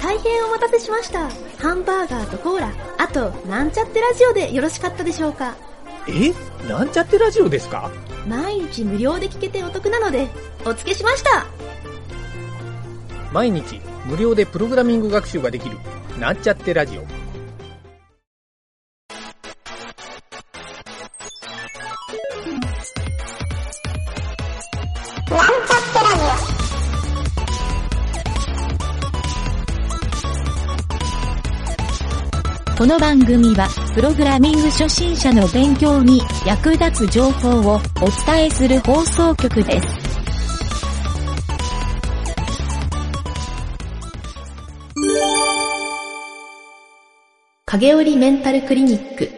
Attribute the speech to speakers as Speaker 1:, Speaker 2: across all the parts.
Speaker 1: 大変お待たせしました。ハンバーガーとコーラ、あと、なんちゃってラジオでよろしかったでしょうか。
Speaker 2: えなんちゃってラジオですか
Speaker 1: 毎日無料で聞けてお得なので、お付けしました。
Speaker 2: 毎日無料でプログラミング学習ができるなんちゃってラジオ
Speaker 3: この番組は、プログラミング初心者の勉強に役立つ情報をお伝えする放送局です。
Speaker 1: 影織メンタルクリニック。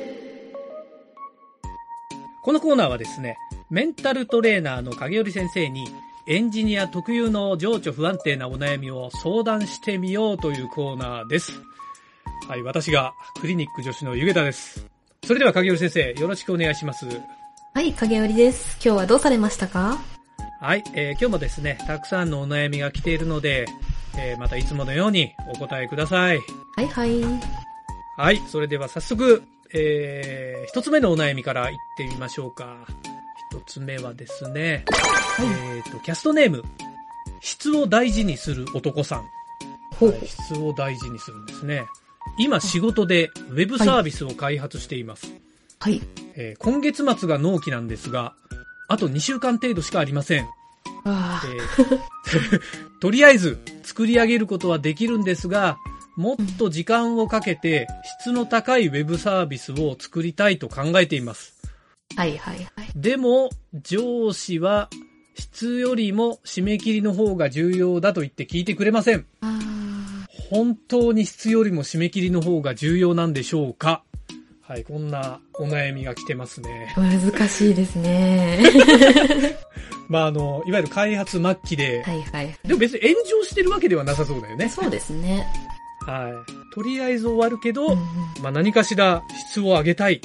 Speaker 2: このコーナーはですねメンタルトレーナーの影織先生にエンジニア特有の情緒不安定なお悩みを相談してみようというコーナーですはい私がクリニック助手のゆげたですそれでは影織先生よろしくお願いします
Speaker 1: はい、影織です。今日はどうされましたか
Speaker 2: はい、えー今日もですねたくさんのお悩みが来ているので、えーまたいつものようにお答えください
Speaker 1: はいはい。
Speaker 2: はい、それでは早速、えー、一つ目のお悩みからいってみましょうか。一つ目はですね、えっ、と、キャストネーム、質を大事にする男さん。
Speaker 1: ほう
Speaker 2: はい質を大事にするんですね。今仕事でウェブサービスを開発しています。
Speaker 1: はい。
Speaker 2: えー今月末が納期なんですが、あと2週間程度しかありません。
Speaker 1: あ
Speaker 2: えー とりあえず作り上げることはできるんですが、もっと時間をかけて質の高いウェブサービスを作りたいと考えています。
Speaker 1: あ、はいはいはい。
Speaker 2: でも、上司は質よりも締め切りの方が重要だと言って聞いてくれません。
Speaker 1: あ
Speaker 2: 本当に質よりも締め切りの方が重要なんでしょうかはい、こんなお悩みが来てますね。
Speaker 1: ー難しいですね。
Speaker 2: まあ、あの、いわゆる開発末期で、
Speaker 1: はいはい
Speaker 2: でも別に炎上してるわけではなさそうだよ
Speaker 1: はい。
Speaker 2: ね。
Speaker 1: そうですね。
Speaker 2: はい。とりあえず終わるけど、
Speaker 1: うんうん
Speaker 2: まあ、何かしら質を上げたい。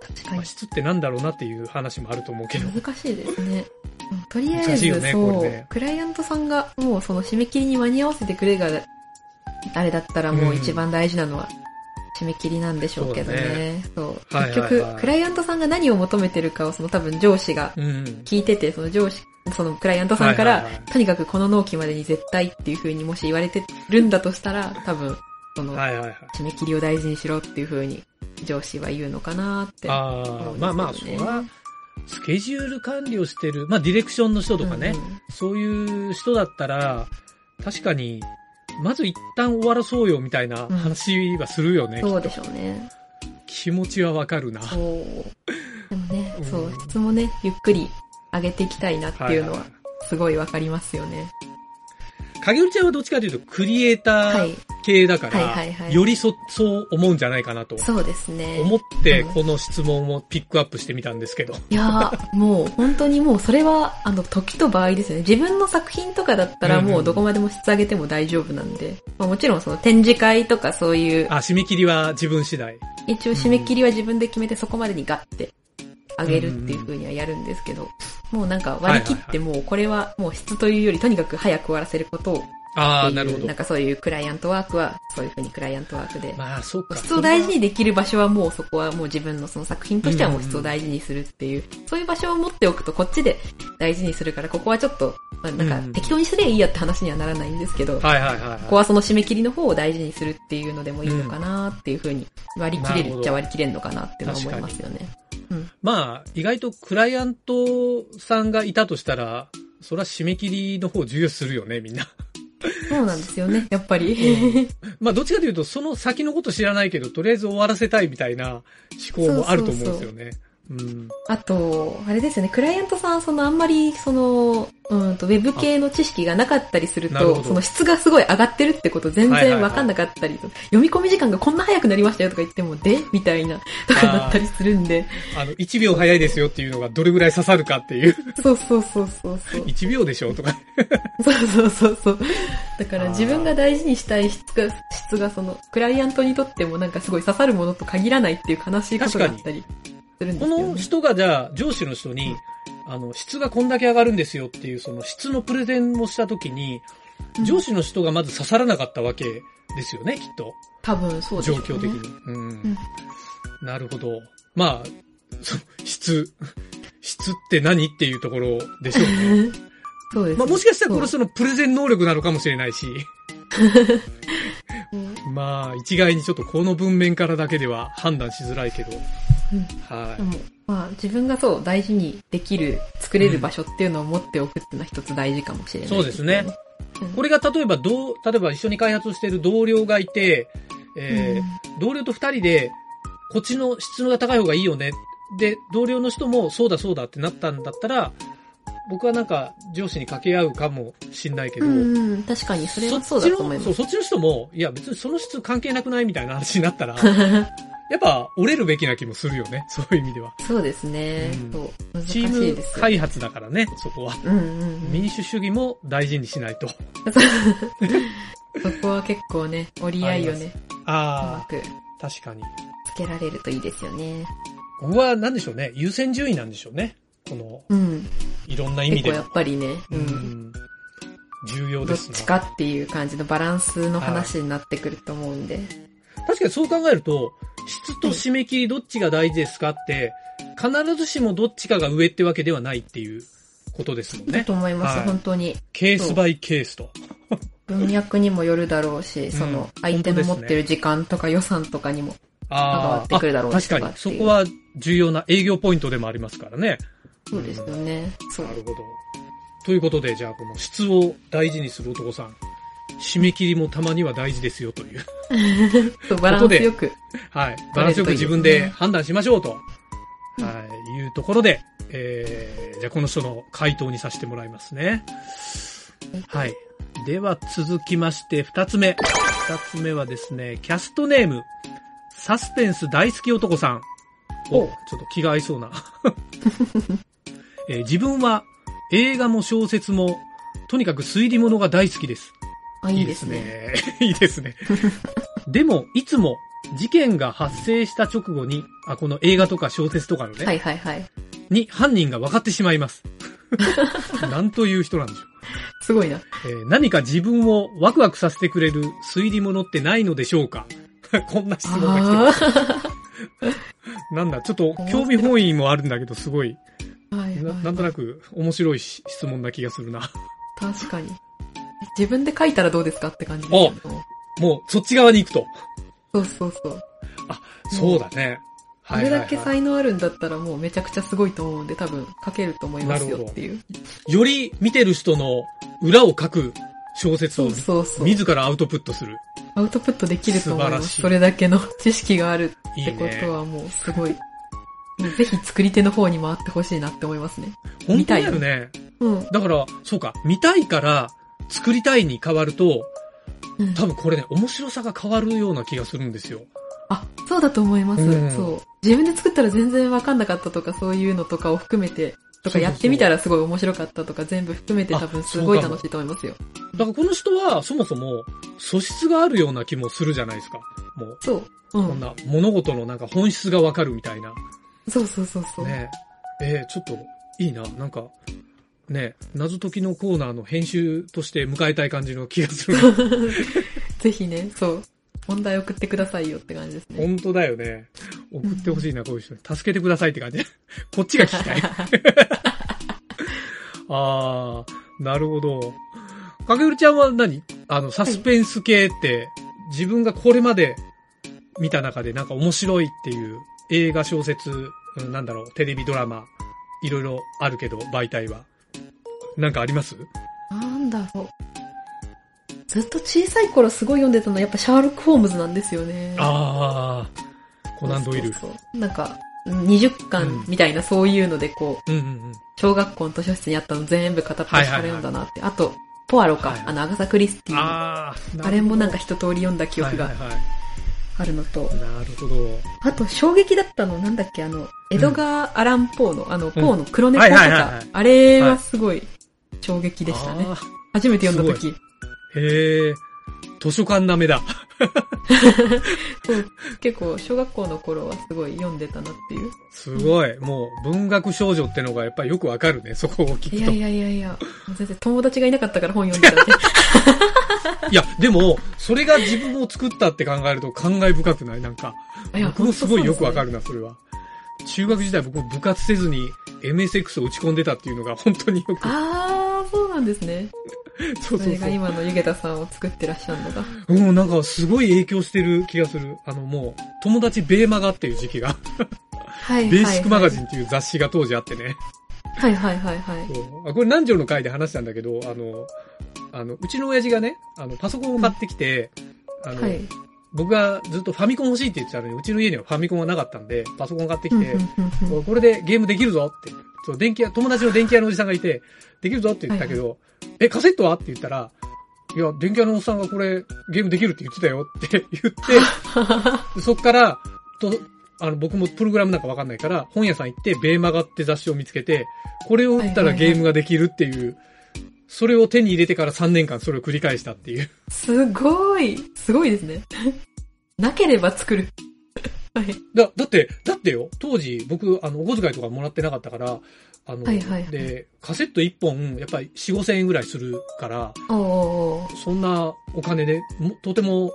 Speaker 1: 確か
Speaker 2: まあ、
Speaker 1: に。
Speaker 2: 質ってなんだろうなっていう話もあると思う けど。
Speaker 1: 難しいですね。うんとりあえ
Speaker 2: 難しいよ
Speaker 1: ず、
Speaker 2: ね
Speaker 1: そ
Speaker 2: こ
Speaker 1: う、
Speaker 2: れね
Speaker 1: クライアントさんがもうその締め切りに間に合わせてくれが、あれだったらもう一番大事なのは、締め切りなんでしょうけどね。そう,、
Speaker 2: はいはいはい
Speaker 1: 結局、クライアントさんが何を求めてるかをその多分上司が
Speaker 2: うん。
Speaker 1: 聞いてて、その上司、そのクライアントさんか
Speaker 2: は
Speaker 1: ら
Speaker 2: いはいはい、
Speaker 1: とにかくこの納期までに絶対っていう風にもし言われてるんだとしたら、多分、その、
Speaker 2: はいはいはい。
Speaker 1: 締め切りを大事にしろっていう風に上司は言うのかなって。
Speaker 2: ああ、まあまあ、
Speaker 1: そ
Speaker 2: そう
Speaker 1: ですね
Speaker 2: れは、スケジュール管理をしてる、まあ、ディレクションの人とかね、
Speaker 1: うんうん
Speaker 2: そういう人だったら、確かに、まず一旦終わらそうよみたいな話はするよね。
Speaker 1: そうでしょうね。
Speaker 2: 気持ちはわかるな。
Speaker 1: そう。でもね
Speaker 2: うん、
Speaker 1: そう、質もね、ゆっくり上げていきたいなっていうの
Speaker 2: は
Speaker 1: はい
Speaker 2: は、
Speaker 1: すごいわかりますよね。
Speaker 2: 影織ちゃんはどっちかというと、クリエイタ
Speaker 1: は
Speaker 2: ー
Speaker 1: い。
Speaker 2: 系だから、
Speaker 1: はいはいはい
Speaker 2: よりそ、そう思うんじゃないかなと。
Speaker 1: そうですね。
Speaker 2: 思って、
Speaker 1: うん
Speaker 2: この質問をピックアップしてみたんですけど。
Speaker 1: いやー、もう本当にもうそれは、あの、時と場合ですよね。自分の作品とかだったら
Speaker 2: うん
Speaker 1: も
Speaker 2: う
Speaker 1: うんどこまでも質上げても大丈夫なんで。まあ、もちろんその展示会とかそういう
Speaker 2: あ、、締め切りは自分次第。
Speaker 1: 一応締め切りは自分で決めてそこまでにガッて上げるっていう風にはやるんですけど、もうなんか割り切ってもうこれはもう質というよりとにかく早く終わらせることを
Speaker 2: あ
Speaker 1: っ
Speaker 2: あ、
Speaker 1: て
Speaker 2: なる
Speaker 1: い
Speaker 2: ほ
Speaker 1: う、
Speaker 2: ど
Speaker 1: なん。かそういうクライアントワークは、そういう風にクライアントワークで。
Speaker 2: まあ、そうか。
Speaker 1: 質を大事にできる場所はもうそこはもう自分のその作品としてはもう質を大事にするっていう、そういう場所を持っておくとこっちで大事にするから、ここはちょっと、まあな
Speaker 2: う
Speaker 1: ん
Speaker 2: んうん
Speaker 1: か適当にすればいいやって話にはならないんですけど、こ
Speaker 2: はいはいはいはい。
Speaker 1: こはその締め切りの方を大事にするっていうのでもいいのかなっていう風に割り切れ
Speaker 2: なるほ
Speaker 1: る
Speaker 2: ど
Speaker 1: っちゃ割り切れるのかなっていうのは思いますよね。
Speaker 2: まあ、意外とクライアントさんがいたとしたら、それは締め切りの方を重要視するよね、みんな。
Speaker 1: そうなんですよね、やっぱり。
Speaker 2: まあ、どっちかというと、その先のこと知らないけど、とりあえず終わらせたいみたいな思考もあると思うんですよね。うん。
Speaker 1: あと、あれですよね、クライアントさん、そのあんまり、その、うんと、ウェブ系の知識がなかったりする
Speaker 2: あなるほ
Speaker 1: と、
Speaker 2: ど
Speaker 1: その質がすごい上がってるってこと全
Speaker 2: はいはいは
Speaker 1: 然
Speaker 2: い
Speaker 1: わかんなかったりと、読み込み時間がこんな早くなりましたよとか言っても、でみたいな、とかだったりするんで、
Speaker 2: あの、1秒早いですよっていうのがどれぐらい刺さるかっていう。
Speaker 1: そうそうそうそうそう。
Speaker 2: 1秒でしょとか。
Speaker 1: そうそうそうそう。だか
Speaker 2: あ
Speaker 1: ら
Speaker 2: ー
Speaker 1: 自分が大事にしたい質が、質がその、クライアントにとってもなんかすごい刺さるものと限らないっていう悲しいことがあったりするんで
Speaker 2: こ
Speaker 1: すよね。
Speaker 2: の人がじゃあ、上司の人に、あの、質がこんだけ上がるんですよっていう、その質のプレゼンをしたとき
Speaker 1: う
Speaker 2: に、
Speaker 1: ん
Speaker 2: 上司の人がまず刺さらなかったわけですよね、きっと。
Speaker 1: 多分そうでし
Speaker 2: 状
Speaker 1: ょうね。
Speaker 2: 況的に。うん。なるほど。まあ、そ質、質って何っていうところでしょうね。
Speaker 1: そうです、ね。
Speaker 2: まあ、もしかしたらこれ
Speaker 1: そう
Speaker 2: そのプレゼン能力なのかもしれないし、
Speaker 1: うん
Speaker 2: まあ、一概にちょっとこの文面からだけでは判断しづらいけど、
Speaker 1: うん
Speaker 2: はい
Speaker 1: で。も、まあ、自分がそう、大事にできる、作れる場所っていうのを持っておくっていうのは一つ大事かもしれない、
Speaker 2: そうですね。
Speaker 1: うん。
Speaker 2: これが例えばどう、例えば一緒に開発をしている同僚がいて、えー同僚と二人で、こっちの質のが高い方がいいよね。で、同僚の人もそうだそうだってなったんだったら、僕はなんか上司に掛け合うかもしんないけ
Speaker 1: う
Speaker 2: ど、
Speaker 1: ん、うんうん、確かに、それはそうだと思いま
Speaker 2: そ
Speaker 1: す。
Speaker 2: っちのそう、そっちの人も、いや別にその質関係なくないみたいな話になったら、やっぱ折れるべきな気もするよね。そういう意味では。
Speaker 1: そうですね。
Speaker 2: うん
Speaker 1: そう。難し
Speaker 2: チ
Speaker 1: い
Speaker 2: ー
Speaker 1: で
Speaker 2: ム
Speaker 1: すよ。
Speaker 2: 開発だからね、そこは。
Speaker 1: うんうんうん。
Speaker 2: 民主主義も大事にしないと。
Speaker 1: そこは結構ね、折り合いをね、うま
Speaker 2: あ
Speaker 1: く
Speaker 2: あ、確かに。
Speaker 1: つけられるといいですよね。
Speaker 2: ここは何でしょうね。優先順位なんでしょうね。この、
Speaker 1: うん。
Speaker 2: いろんな意味
Speaker 1: 結構
Speaker 2: で。
Speaker 1: やっぱりね、う。
Speaker 2: うんん。重要
Speaker 1: ど
Speaker 2: で
Speaker 1: っ
Speaker 2: す
Speaker 1: ち
Speaker 2: な。
Speaker 1: かっていう感じのバランスの話になってくると思うんで。
Speaker 2: 確かにそう考えると、質と締め切りどっちが大事ですかって、必ずしもどっちかが上ってわけではないっていうことですもん
Speaker 1: だ
Speaker 2: ね
Speaker 1: と。思います、
Speaker 2: はい
Speaker 1: 本当に。
Speaker 2: ケースバイケースと。
Speaker 1: 文脈にもよるだろうし、その、相手の持っ
Speaker 2: 本当です
Speaker 1: て
Speaker 2: ね
Speaker 1: る時間とか予算とかにも
Speaker 2: あ
Speaker 1: 関わって
Speaker 2: あ
Speaker 1: くるだろう
Speaker 2: 確
Speaker 1: し
Speaker 2: か
Speaker 1: と
Speaker 2: に
Speaker 1: か。って
Speaker 2: そ
Speaker 1: いう
Speaker 2: こは重要な営業ポイントでもありますからね。
Speaker 1: そうですよね。そう
Speaker 2: な。るほど。ということで、じゃあこの質を大事にする男さん。締め切りもたまには大事ですよという。
Speaker 1: そうバランスよく。
Speaker 2: はい。バランスよく自分で判断しましょうと。はい。いうところで、えー、じゃあこの人の回答にさせてもらいますね。はい。では続きまして、二つ目。二つ目はですね、キャストネーム、サスペンス大好き男さん。お、
Speaker 1: お
Speaker 2: ちょっと気が合いそうな。 えー自分は映画も小説も、とにかく推理物が大好きです。
Speaker 1: あ、いいですね。。
Speaker 2: いいですね。 でも、いつも、事件が発生した直後に、あ、この映画とか小説とかのね、
Speaker 1: はいはいはい。
Speaker 2: に犯人が分かってしま います。なんという人なんでしょう。
Speaker 1: すごいな。
Speaker 2: えー何か自分をワクワクさせてくれる推理物ってないのでしょうか こんな質問が来てま
Speaker 1: あ
Speaker 2: す。なんだ、ちょっと興味本位もあるんだけど、すごい、
Speaker 1: あ。はい
Speaker 2: な
Speaker 1: は
Speaker 2: ないんとなく面白いし質問な気がするな。
Speaker 1: 確かに。自分で書いたらどうですかって感じ
Speaker 2: お
Speaker 1: ですけど
Speaker 2: もう、そっち側に行くと。
Speaker 1: そうそうそう。
Speaker 2: そうだね。
Speaker 1: あれだけ才能あるんだったらもうめちゃくちゃすごいと思うんで多分書けると思いますよっていう。
Speaker 2: より見てる人の裏を書く小説
Speaker 1: そ
Speaker 2: を
Speaker 1: うそうそう。
Speaker 2: 自らアウトプットする。
Speaker 1: アウトプットできると思いま
Speaker 2: 素晴らしい
Speaker 1: す。それだけの知識があるっ
Speaker 2: い
Speaker 1: て
Speaker 2: い
Speaker 1: こ
Speaker 2: ね
Speaker 1: と。はもうすごい。 もうぜひ作り手の方に回ってほしいなって思いますね。
Speaker 2: 本当だよね。
Speaker 1: うん。
Speaker 2: だから、そうか、見たいから作りたいに変わると、
Speaker 1: うん
Speaker 2: 多分これね、面白さが変わるような気がするんですよ。
Speaker 1: あ、そうだと思います。
Speaker 2: うん
Speaker 1: そう。自分で作ったら全然わかんなかったとか、そういうのとかを含めて、と
Speaker 2: そうそうそ
Speaker 1: か
Speaker 2: う
Speaker 1: やってみたらすごい面白かったとか、全部含めて
Speaker 2: あ
Speaker 1: 多分すごい
Speaker 2: そうかも
Speaker 1: 楽しいと思いますよ。
Speaker 2: だからこの人はそもそも素質があるような気もするじゃないですか。もう、
Speaker 1: そう。う
Speaker 2: こん
Speaker 1: ん。
Speaker 2: な物事のなんか本質がわかるみたいな。
Speaker 1: そうそうそうそう。
Speaker 2: ねええーちょっと、いいな。なんか、ね謎解きのコーナーの編集として迎えたい感じの気がするな。
Speaker 1: ぜひね、そう。問題送ってくださいよって感じですね。
Speaker 2: 本当だよね。送ってほしいな、こういう人に。助けてくださいって感じ。 こっちが聞きたい。 あー、なるほど。かけるちゃんは何あの、サスペンス系って、自分がこれまで見た中でなんか面白いっていう映画、小説、うんなんだろう、テレビ、ドラマ、いろいろあるけど、媒体は。なんかあります
Speaker 1: なんだろう。ずっと小さい頃すごい読んでたのはやっぱシャーロック・ホームズなんですよね。
Speaker 2: あー、コナンドイル。
Speaker 1: そうそうそうなんか、うん20巻みたいなそういうのでこう、
Speaker 2: うんうんうん。
Speaker 1: 小学校の図書室にあったの全部片っ端から読んだなって。あと、ポアロか、
Speaker 2: はい
Speaker 1: あの、アガサ・クリスティのあ
Speaker 2: あー、
Speaker 1: れもなん
Speaker 2: か
Speaker 1: か一通り読んだ記憶
Speaker 2: は
Speaker 1: が
Speaker 2: いはいはい
Speaker 1: あるのと、
Speaker 2: なるほど。
Speaker 1: あと衝撃だったの、なんだっけ、あの、エドガー・アラン・ポーの、あの、ポーの黒猫と
Speaker 2: はいはいはいは
Speaker 1: か
Speaker 2: い、
Speaker 1: あれはすごい衝撃でしたね。
Speaker 2: あ
Speaker 1: 初めて読んだ時。
Speaker 2: ーへえ、図書館なめだ。
Speaker 1: そう結構、小学校の頃はすごい読んでたなっていう。
Speaker 2: すごい。もう文学少女ってのがやっぱりよくわかるね。そこを聞
Speaker 1: い
Speaker 2: く
Speaker 1: や
Speaker 2: と。
Speaker 1: いやいやいや、もう全然友達がいなかったから本読んでたんで。
Speaker 2: いや、でも、それが自分を作ったって考えると感慨深くないなんか。
Speaker 1: いや
Speaker 2: 僕もすごいよくわか
Speaker 1: る。
Speaker 2: るな、それは。中学時代僕も部活せずに MSX を打ち込んでたっていうのが本当によく。
Speaker 1: あー、そうなんですね。
Speaker 2: そう
Speaker 1: そ
Speaker 2: そう
Speaker 1: れ
Speaker 2: そ
Speaker 1: が
Speaker 2: う。
Speaker 1: 今の湯桁さんを作ってらっしゃるのが。
Speaker 2: うん、なんかすごい影響してる気がする。あのもう、友達ベーマガっていう時期が、
Speaker 1: は
Speaker 2: ベ
Speaker 1: い。
Speaker 2: ーシックマガジ
Speaker 1: ン。
Speaker 2: ンっていう雑誌が当時あってね。
Speaker 1: はいはいはいはい。
Speaker 2: そうあこれ南條の回で話したんだけど、あの、あの、うちの親父がね、あの、パソコンを買ってきて、あの、
Speaker 1: はい。
Speaker 2: 僕がずっとファミコン欲しいって言ってたのに、うちの家にはファミコンがなかったんで、パソコンを買ってきて、
Speaker 1: うんうんうん
Speaker 2: これでゲームできるぞって。そう、電気屋、友達の電気屋のおじさんがいて、できるぞって言ったけど、え、カセットはって言ったら、いや、電気屋のおっさんがこれ、ゲームできるって言ってたよって 言 って、そっから、と、あの、僕もプログラムなんかわかんないから、本屋さん行って、ベーマガって雑誌を見つけて、これを打ったらゲームができるっていう、それを手に入れてから3年間それを繰り返したっていう。
Speaker 1: すごい。すごいですね。なければ作る。はい。
Speaker 2: だ、だって、だってよ、当時僕、あの、お小遣いとかもらってなかったから、あの、
Speaker 1: はいはいはい
Speaker 2: で、カセット1本、やっぱり4、5千円ぐらいするから、
Speaker 1: おーおー
Speaker 2: そんなお金で、もとても、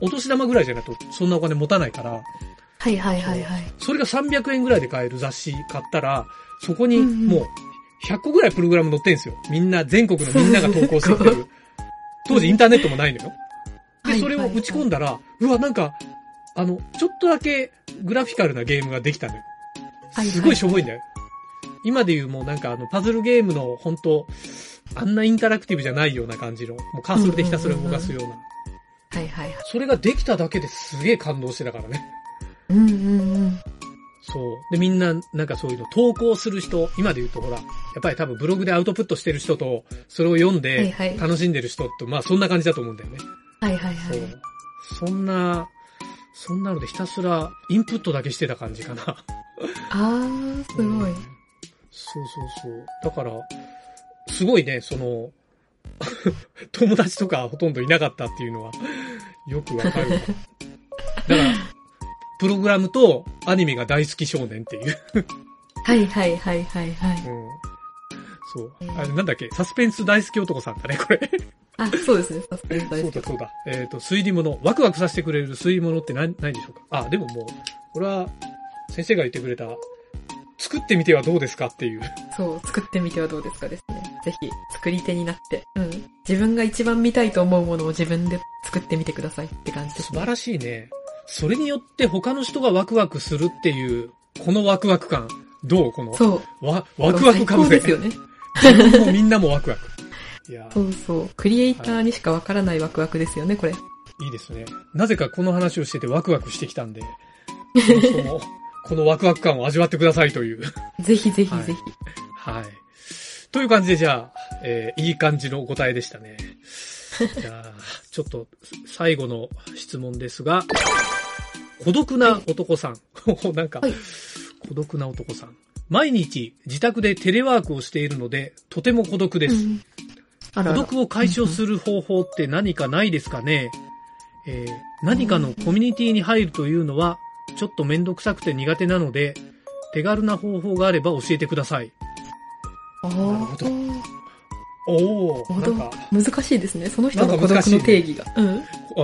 Speaker 2: お年玉ぐらいじゃないと、そんなお金持たないから、
Speaker 1: はいはいはいはい。
Speaker 2: それが300円ぐらいで買える雑誌買ったら、そこに
Speaker 1: うんうん
Speaker 2: もう、100個ぐらいプログラム載ってんすよ。みんな、全国のみんなが投稿して きてる。当時インターネットもないのよ。で、それを打ち込ん
Speaker 1: だ。
Speaker 2: だら、うわ、なんか、あの、ちょっとだけグラフィカルなゲームができたのよ。
Speaker 1: はいはい
Speaker 2: すごいしょぼいんだよ。今で言うもうなんかあの、パズルゲームの本当あんなインタラクティブじゃないような感じの、もうカーソルでひたすら動かすような。
Speaker 1: はいはいはい。
Speaker 2: それができただけですげえ感動してたからね。
Speaker 1: うんうんうん。
Speaker 2: そう。で、みんな、なんかそういうの、投稿する人、今で言うとほら、やっぱり多分ブログでアウトプットしてる人と、それを読ん
Speaker 1: はい
Speaker 2: で
Speaker 1: は、い
Speaker 2: 楽しんでる人と、まあそんな感じだと思うんだよね。
Speaker 1: はいはいは
Speaker 2: そ
Speaker 1: い。
Speaker 2: う。そんな、そんなのでひたすらインプットだけしてた感じかな。
Speaker 1: あー、すごい。
Speaker 2: そうそうそう。だから、すごいね、その、 友達とかほとんどいなかったっていうのは、よくわかるわ。だから、プログラムとアニメが大好き少年っていう。
Speaker 1: はいはいはいはいはい。
Speaker 2: うん。そう。あれ、なんだっけ、サスペンス大好き男さんだね、これ。
Speaker 1: あ、そうですね、サスペンス大
Speaker 2: そ
Speaker 1: 好
Speaker 2: う
Speaker 1: き
Speaker 2: だ。そうだ。えっ、と、推理物。ワクワクさせてくれる推理物って何、ないでしょうかあ、でももう、これは、先生が言ってくれた、作ってみてはどうですかっていう。
Speaker 1: そう、作ってみてはどうですかですね。ぜひ、作り手になって。うん。自分が一番見たいと思うものを自分で作ってみてくださいって感じで
Speaker 2: 素
Speaker 1: す
Speaker 2: 晴
Speaker 1: ね。
Speaker 2: らしいね。それによって他の人がワクワクするっていう、このワクワク感。どうこの、
Speaker 1: そう。
Speaker 2: わ、ワクワク感
Speaker 1: 最高ですよね。
Speaker 2: 自分もみんなもワ クワク。いや、
Speaker 1: そうそう。クリエイターにしかわからないワクワクですよね、これ。
Speaker 2: いいですね。なぜかこの話をしててワクワクして きたんで、その人も、このワクワク感を味わってくださいという。
Speaker 1: ぜひぜひ
Speaker 2: はい
Speaker 1: ぜひ。
Speaker 2: はい。という感じで、じゃあ、えーいい感じのお答えでした ね。じゃあ、ちょっと、最後の質問ですが、孤独な男さん。 なんか、
Speaker 1: はい
Speaker 2: 孤独な男さん。毎日自宅でテレワークをしているので、とても孤独です。
Speaker 1: うんあら
Speaker 2: 孤
Speaker 1: あら
Speaker 2: 独を解消する方法って何かないですかね、えー何かのコミュニティに入るというのは、ちょっとめんどくさくて苦手なので、手軽な方法があれば教えてください。
Speaker 1: あ
Speaker 2: なるほど
Speaker 1: ー
Speaker 2: お
Speaker 1: 孤
Speaker 2: お、な
Speaker 1: 独
Speaker 2: んか、
Speaker 1: 難しいですね。その人の孤独
Speaker 2: なんか難しいね
Speaker 1: の定義が。うん。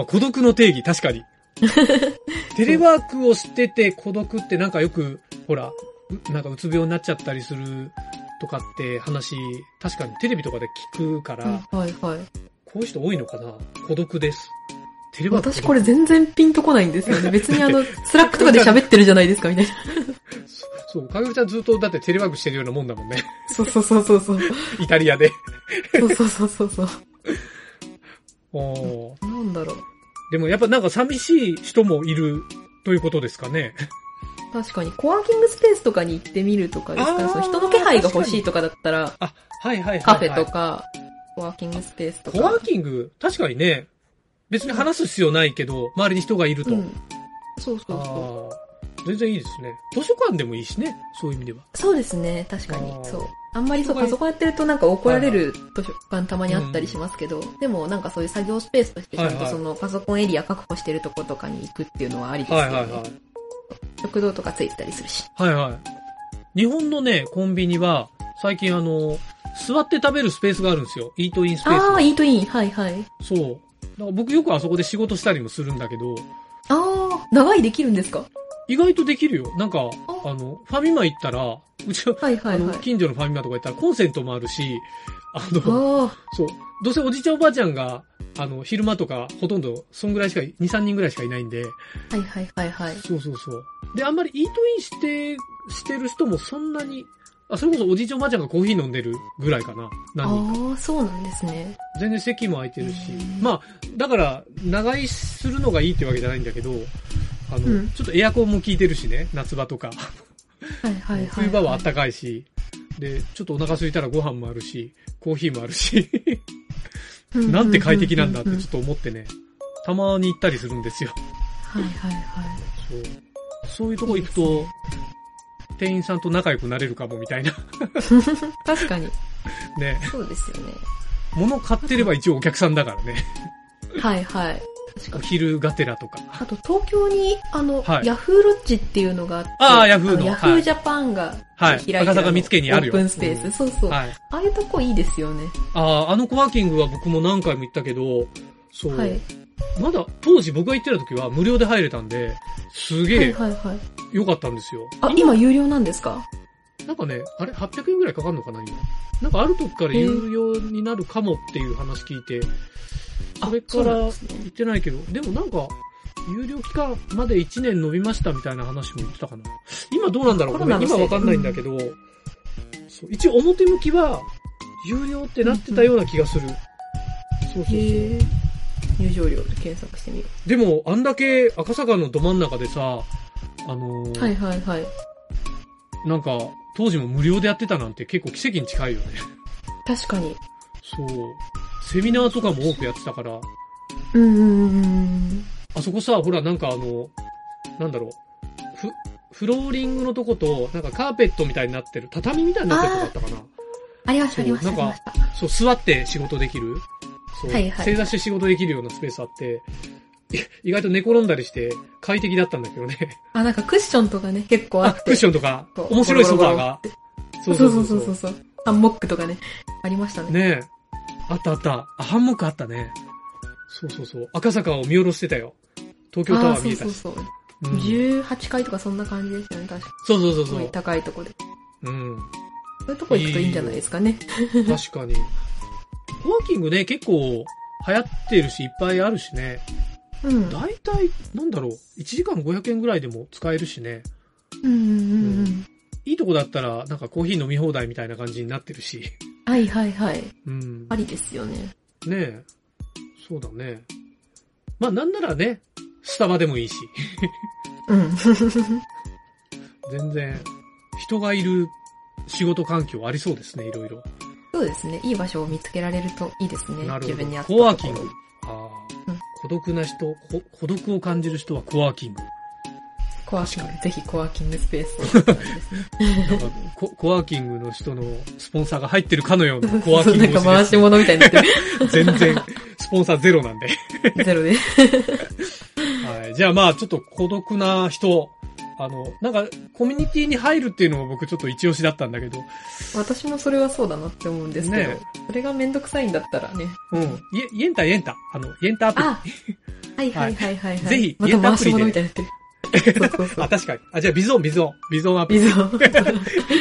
Speaker 2: あ孤独の定義、確かに。テレワークをしてて孤独ってなんかよく、ほら、うなんかうつ病になっちゃったりするとかって話、確かにテレビとかで聞くから、
Speaker 1: はいはい。
Speaker 2: こういう人多いのかな孤独です。テレワーク。
Speaker 1: 私これ全然ピンとこないんですよ ね。別にあの、スラックとかで喋ってるじゃないですか、みたいな。
Speaker 2: そう、かぐみちゃんずっとだってテレワークしてるようなもんだも んね。
Speaker 1: そうそうそうそうそう。
Speaker 2: イタリアで。
Speaker 1: そうそうそうそうそう。
Speaker 2: お
Speaker 1: な
Speaker 2: ー
Speaker 1: んだろう。
Speaker 2: でもやっぱなんか寂しい人もいるということですかね。
Speaker 1: 確かに、コワーキングスペースとかに行ってみるとかですか
Speaker 2: あー
Speaker 1: ね。その人の気配が欲しいとかだったら、
Speaker 2: あ、はいはいはい、はい。
Speaker 1: カフェとか、コワーキングスペースとか。
Speaker 2: コワーキング、確かにね、別に話す必要ないけど、周りに人がいると。
Speaker 1: うん。そうそう
Speaker 2: あ
Speaker 1: そ
Speaker 2: ー全然いいですね。図書館でもいいしね、そういう意味では。
Speaker 1: そうですね、確かに
Speaker 2: あ。ー
Speaker 1: そう。あんまりそう、
Speaker 2: 図書
Speaker 1: パ
Speaker 2: 館
Speaker 1: ソコンやってるとなんか怒られる図書館たまにあったりしますけど、でもなんかそういう作業スペースとしてちゃん
Speaker 2: はい
Speaker 1: と
Speaker 2: はい
Speaker 1: そのパソコンエリア確保してるとことかに行くっていうのはありですよ
Speaker 2: は
Speaker 1: ね。
Speaker 2: いはいはい。
Speaker 1: 食堂とかついてたりするし。
Speaker 2: はいはい。日本のね、コンビニは、最近あの、座って食べるスペースがあるんですよ。イートインスペース
Speaker 1: あ
Speaker 2: が
Speaker 1: あ、。イートイン、はいはい。
Speaker 2: そう。だから僕よくあそこで仕事したりもするんだけど、
Speaker 1: ああ、長いできるんですか
Speaker 2: 意外とできるよ。なんか、
Speaker 1: あ
Speaker 2: あの、ファミマ行ったら、うちは、
Speaker 1: はいは
Speaker 2: あ
Speaker 1: い
Speaker 2: の
Speaker 1: はい、。
Speaker 2: 近所のファミマとか行ったらコンセントもあるし、あの、
Speaker 1: あ
Speaker 2: そう。どうせおじいちゃんおばあちゃんが、あの、昼間とか、ほとんど、そんぐらいしか、2、3人ぐらいしかいないんで、
Speaker 1: あ、はいはいはいはい。
Speaker 2: そうそうそう。で、あんまりイートインして、してる人もそんなに、あ、それこそおじいちゃんおばあちゃんがコーヒー飲んでるぐらいかな。
Speaker 1: あ
Speaker 2: 何人か。
Speaker 1: あ、そうなんですね。
Speaker 2: 全然席も空いてるし
Speaker 1: へー。
Speaker 2: まあ、だから、長居するのがいいってわけじゃないんだけど、あの、
Speaker 1: うん
Speaker 2: ちょっとエアコンも効いてるしね、夏場とか。
Speaker 1: はいはいはい。
Speaker 2: 冬場は暖かいし、で、ちょっとお腹空いたらご飯もあるし、コーヒーもあるし、
Speaker 1: うんうんうんうん
Speaker 2: なんて快適なんだってちょっと思ってね、たまに行ったりするんですよ。
Speaker 1: はいはいはい。
Speaker 2: そう。そういうとこ行くと、店員さんと仲良くなれるかもみたいな。
Speaker 1: 確かに。
Speaker 2: ね。
Speaker 1: そうですよね。
Speaker 2: 物買ってれば一応お客さんだからね。
Speaker 1: はいはい。確か
Speaker 2: お
Speaker 1: に。
Speaker 2: 昼がてらとか。
Speaker 1: あと、東京に、あの、
Speaker 2: はい
Speaker 1: ヤフーロッジっていうのがあって、
Speaker 2: あーヤフーの
Speaker 1: あヤフ
Speaker 2: は
Speaker 1: ー
Speaker 2: い
Speaker 1: ジャパンが開
Speaker 2: はい
Speaker 1: いてる
Speaker 2: 赤坂見附にあるよ
Speaker 1: オープンスペース。
Speaker 2: うん
Speaker 1: そうそう、
Speaker 2: はい。
Speaker 1: ああいうとこいいですよね。
Speaker 2: ああ、あのコワーキングは僕も何回も行ったけど、そう。
Speaker 1: はい。
Speaker 2: まだ当時僕が行ってた時は無料で入れたんで、す
Speaker 1: は
Speaker 2: げ
Speaker 1: い
Speaker 2: え
Speaker 1: はいはい。
Speaker 2: 良かったんですよ。
Speaker 1: あ、今有料なんですか
Speaker 2: なんかね、あれ ?800 円ぐらいかかるのかな今。なんかある時から有料になるかもっていう話聞いて、
Speaker 1: あ
Speaker 2: それか
Speaker 1: そう
Speaker 2: ら
Speaker 1: なん
Speaker 2: 行
Speaker 1: ですね
Speaker 2: ってないけど、でもなんか、有料期間まで1年伸びましたみたいな話も言ってたかな。今どうなんだろう
Speaker 1: コ
Speaker 2: ご
Speaker 1: ロナ
Speaker 2: めん、
Speaker 1: の
Speaker 2: 今
Speaker 1: せいで
Speaker 2: わかんないんだけど、そう一応表向きは、有料ってなってたような気がする。そうそうそう。
Speaker 1: へえ。入場料で検索してみよ
Speaker 2: でも、あんだけ赤坂のど真ん中でさ、あのー
Speaker 1: う。はいはいはい。
Speaker 2: なんか、当時も無料でやってたなんて結構奇跡に近いよね。
Speaker 1: 確かに。
Speaker 2: そう。セミナーとかも多くやってたから、
Speaker 1: うんうんうんうん。
Speaker 2: あそこさ、ほら、なんかあの、なんだろう、フ、フローリングのとこと、なんかカーペットみたいになってる、畳みたいになってるとこだったかな。
Speaker 1: ありましたありましたあ
Speaker 2: そ
Speaker 1: り
Speaker 2: うなん
Speaker 1: ま
Speaker 2: か
Speaker 1: した。
Speaker 2: そう、座って仕事できる。そう、
Speaker 1: はいはい
Speaker 2: 正座して仕事できるようなスペースあって、い意外と寝転んだりして快適だったんだけどね。
Speaker 1: あ、なんかクッションとかね、結構あ
Speaker 2: あ
Speaker 1: っ、て。
Speaker 2: クッションとか、
Speaker 1: そう
Speaker 2: 面白いソファーが。そ
Speaker 1: そうう
Speaker 2: そ
Speaker 1: そうう
Speaker 2: そ
Speaker 1: そうう
Speaker 2: そ
Speaker 1: そううそうハンモックとかね、ありましたね。
Speaker 2: ねえ。あったあった。あ、ハンモックあったね。そうそうそう。赤坂を見下ろしてたよ。東
Speaker 1: あ
Speaker 2: 京タ
Speaker 1: あ
Speaker 2: ワ
Speaker 1: ー、
Speaker 2: ー見
Speaker 1: そ
Speaker 2: え
Speaker 1: うそ
Speaker 2: た
Speaker 1: う
Speaker 2: し。
Speaker 1: そう。
Speaker 2: うん
Speaker 1: 18階とかそんな感じでしたね、確かに。
Speaker 2: そうそうそう
Speaker 1: す
Speaker 2: そ。
Speaker 1: ごいう高いとこで。
Speaker 2: うん。
Speaker 1: そういうとこ行くといいんじゃないですかね。
Speaker 2: 確かに。 コワーキングね、結構流行ってるし、いっぱいあるしね。
Speaker 1: うん。うん
Speaker 2: だいたい、なんだろう、1時間500円ぐらいでも使えるしね。
Speaker 1: うんうんうん。
Speaker 2: いいとこだったら、なんかコーヒー飲み放題みたいな感じになってるし。
Speaker 1: はいはいはい。
Speaker 2: うん。
Speaker 1: あ
Speaker 2: ね
Speaker 1: りですよね。
Speaker 2: え。そうだね。まあなんならね、スタバでもいいし。
Speaker 1: うん。
Speaker 2: 全然、人がいる仕事環境ありそうですね、いろいろ。
Speaker 1: そうですね。いい場所を見つけられるといいですね。
Speaker 2: なる
Speaker 1: 自
Speaker 2: ほど
Speaker 1: 分に合った。
Speaker 2: コワーキング。。ああ、
Speaker 1: うん
Speaker 2: 孤独な人、こ孤独を感じる人はコワーキング。
Speaker 1: コワーキング。ぜひコワーキングスペースを
Speaker 2: なんか コ、コワーキングの人のスポンサーが入ってるかのような コ
Speaker 1: そ
Speaker 2: ワ
Speaker 1: う
Speaker 2: ーキング
Speaker 1: なんか回し物みたいになって
Speaker 2: 全然、スポンサーゼロなんで。
Speaker 1: る。 ゼロで。
Speaker 2: はい。じゃあまあ、ちょっと孤独な人、あの、なんか、コミュニティに入るっていうのも僕ちょっと一押しだったんだけど、
Speaker 1: 私もそれはそうだなって思うんですけど
Speaker 2: ね。
Speaker 1: それがめんどくさいんだったらね。
Speaker 2: うん。イエイエンタ、イエンタ。あの、イエンタアプリ。
Speaker 1: あはいはいはいはいはい。
Speaker 2: ぜひ
Speaker 1: ま
Speaker 2: 家
Speaker 1: た
Speaker 2: のア
Speaker 1: 回
Speaker 2: プ
Speaker 1: し
Speaker 2: リで
Speaker 1: 物みたいになってる。そうそう そ
Speaker 2: あ、
Speaker 1: う。
Speaker 2: 確かに。あ、じゃあ、ビゾン、ビゾン。ビゾンアプリ。
Speaker 1: 水を。そう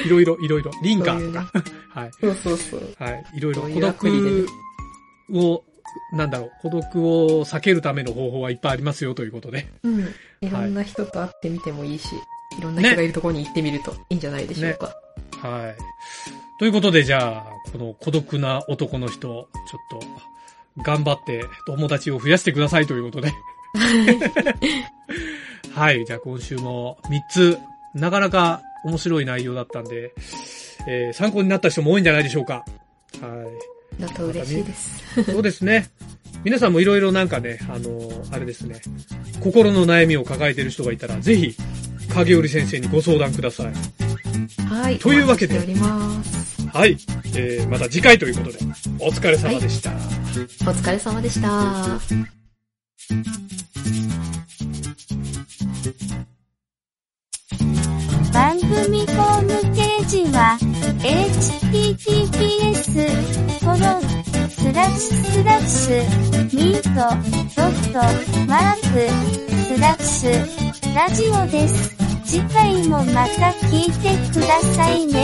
Speaker 2: いろいろ、いろいろ。リンカー
Speaker 1: いう
Speaker 2: と
Speaker 1: ね
Speaker 2: か。はい。
Speaker 1: そうそうそう。
Speaker 2: はい。いろいろ
Speaker 1: そう
Speaker 2: 孤
Speaker 1: いうアプリでね
Speaker 2: 独を、なんだろう、孤独を避けるための方法はいっぱいありますよということで。
Speaker 1: うん。いろんな人と会ってみてもいいし、いろんな人がいるところに行ってみるといいんじゃないでしょうか。
Speaker 2: はい。ということで、じゃあ、この孤独な男の人、ちょっと、頑張って友達を増やしてくださいということで。はい。じゃあ、今週も3つ、なかなか面白い内容だったんで、えー参考になった人も多いんじゃないでしょうか。はい。
Speaker 1: だと嬉しいです。
Speaker 2: そうですね。 皆さんもいろいろなんかね、あのーあれですね、心の悩みを抱えてる人がいたら、ぜひ、影織先生にご相談ください。
Speaker 1: はい。
Speaker 2: というわけで
Speaker 1: お待ちしております。
Speaker 2: はい。えー、また次回ということで、お疲れ様でした。
Speaker 1: お疲れ様でした。
Speaker 4: 番組ホームページは、https, コロン、スラッシュスラッシュ、ミート、ドット、マーク、スラッシュ、ラジオです。次回もまた聞いてくださいね。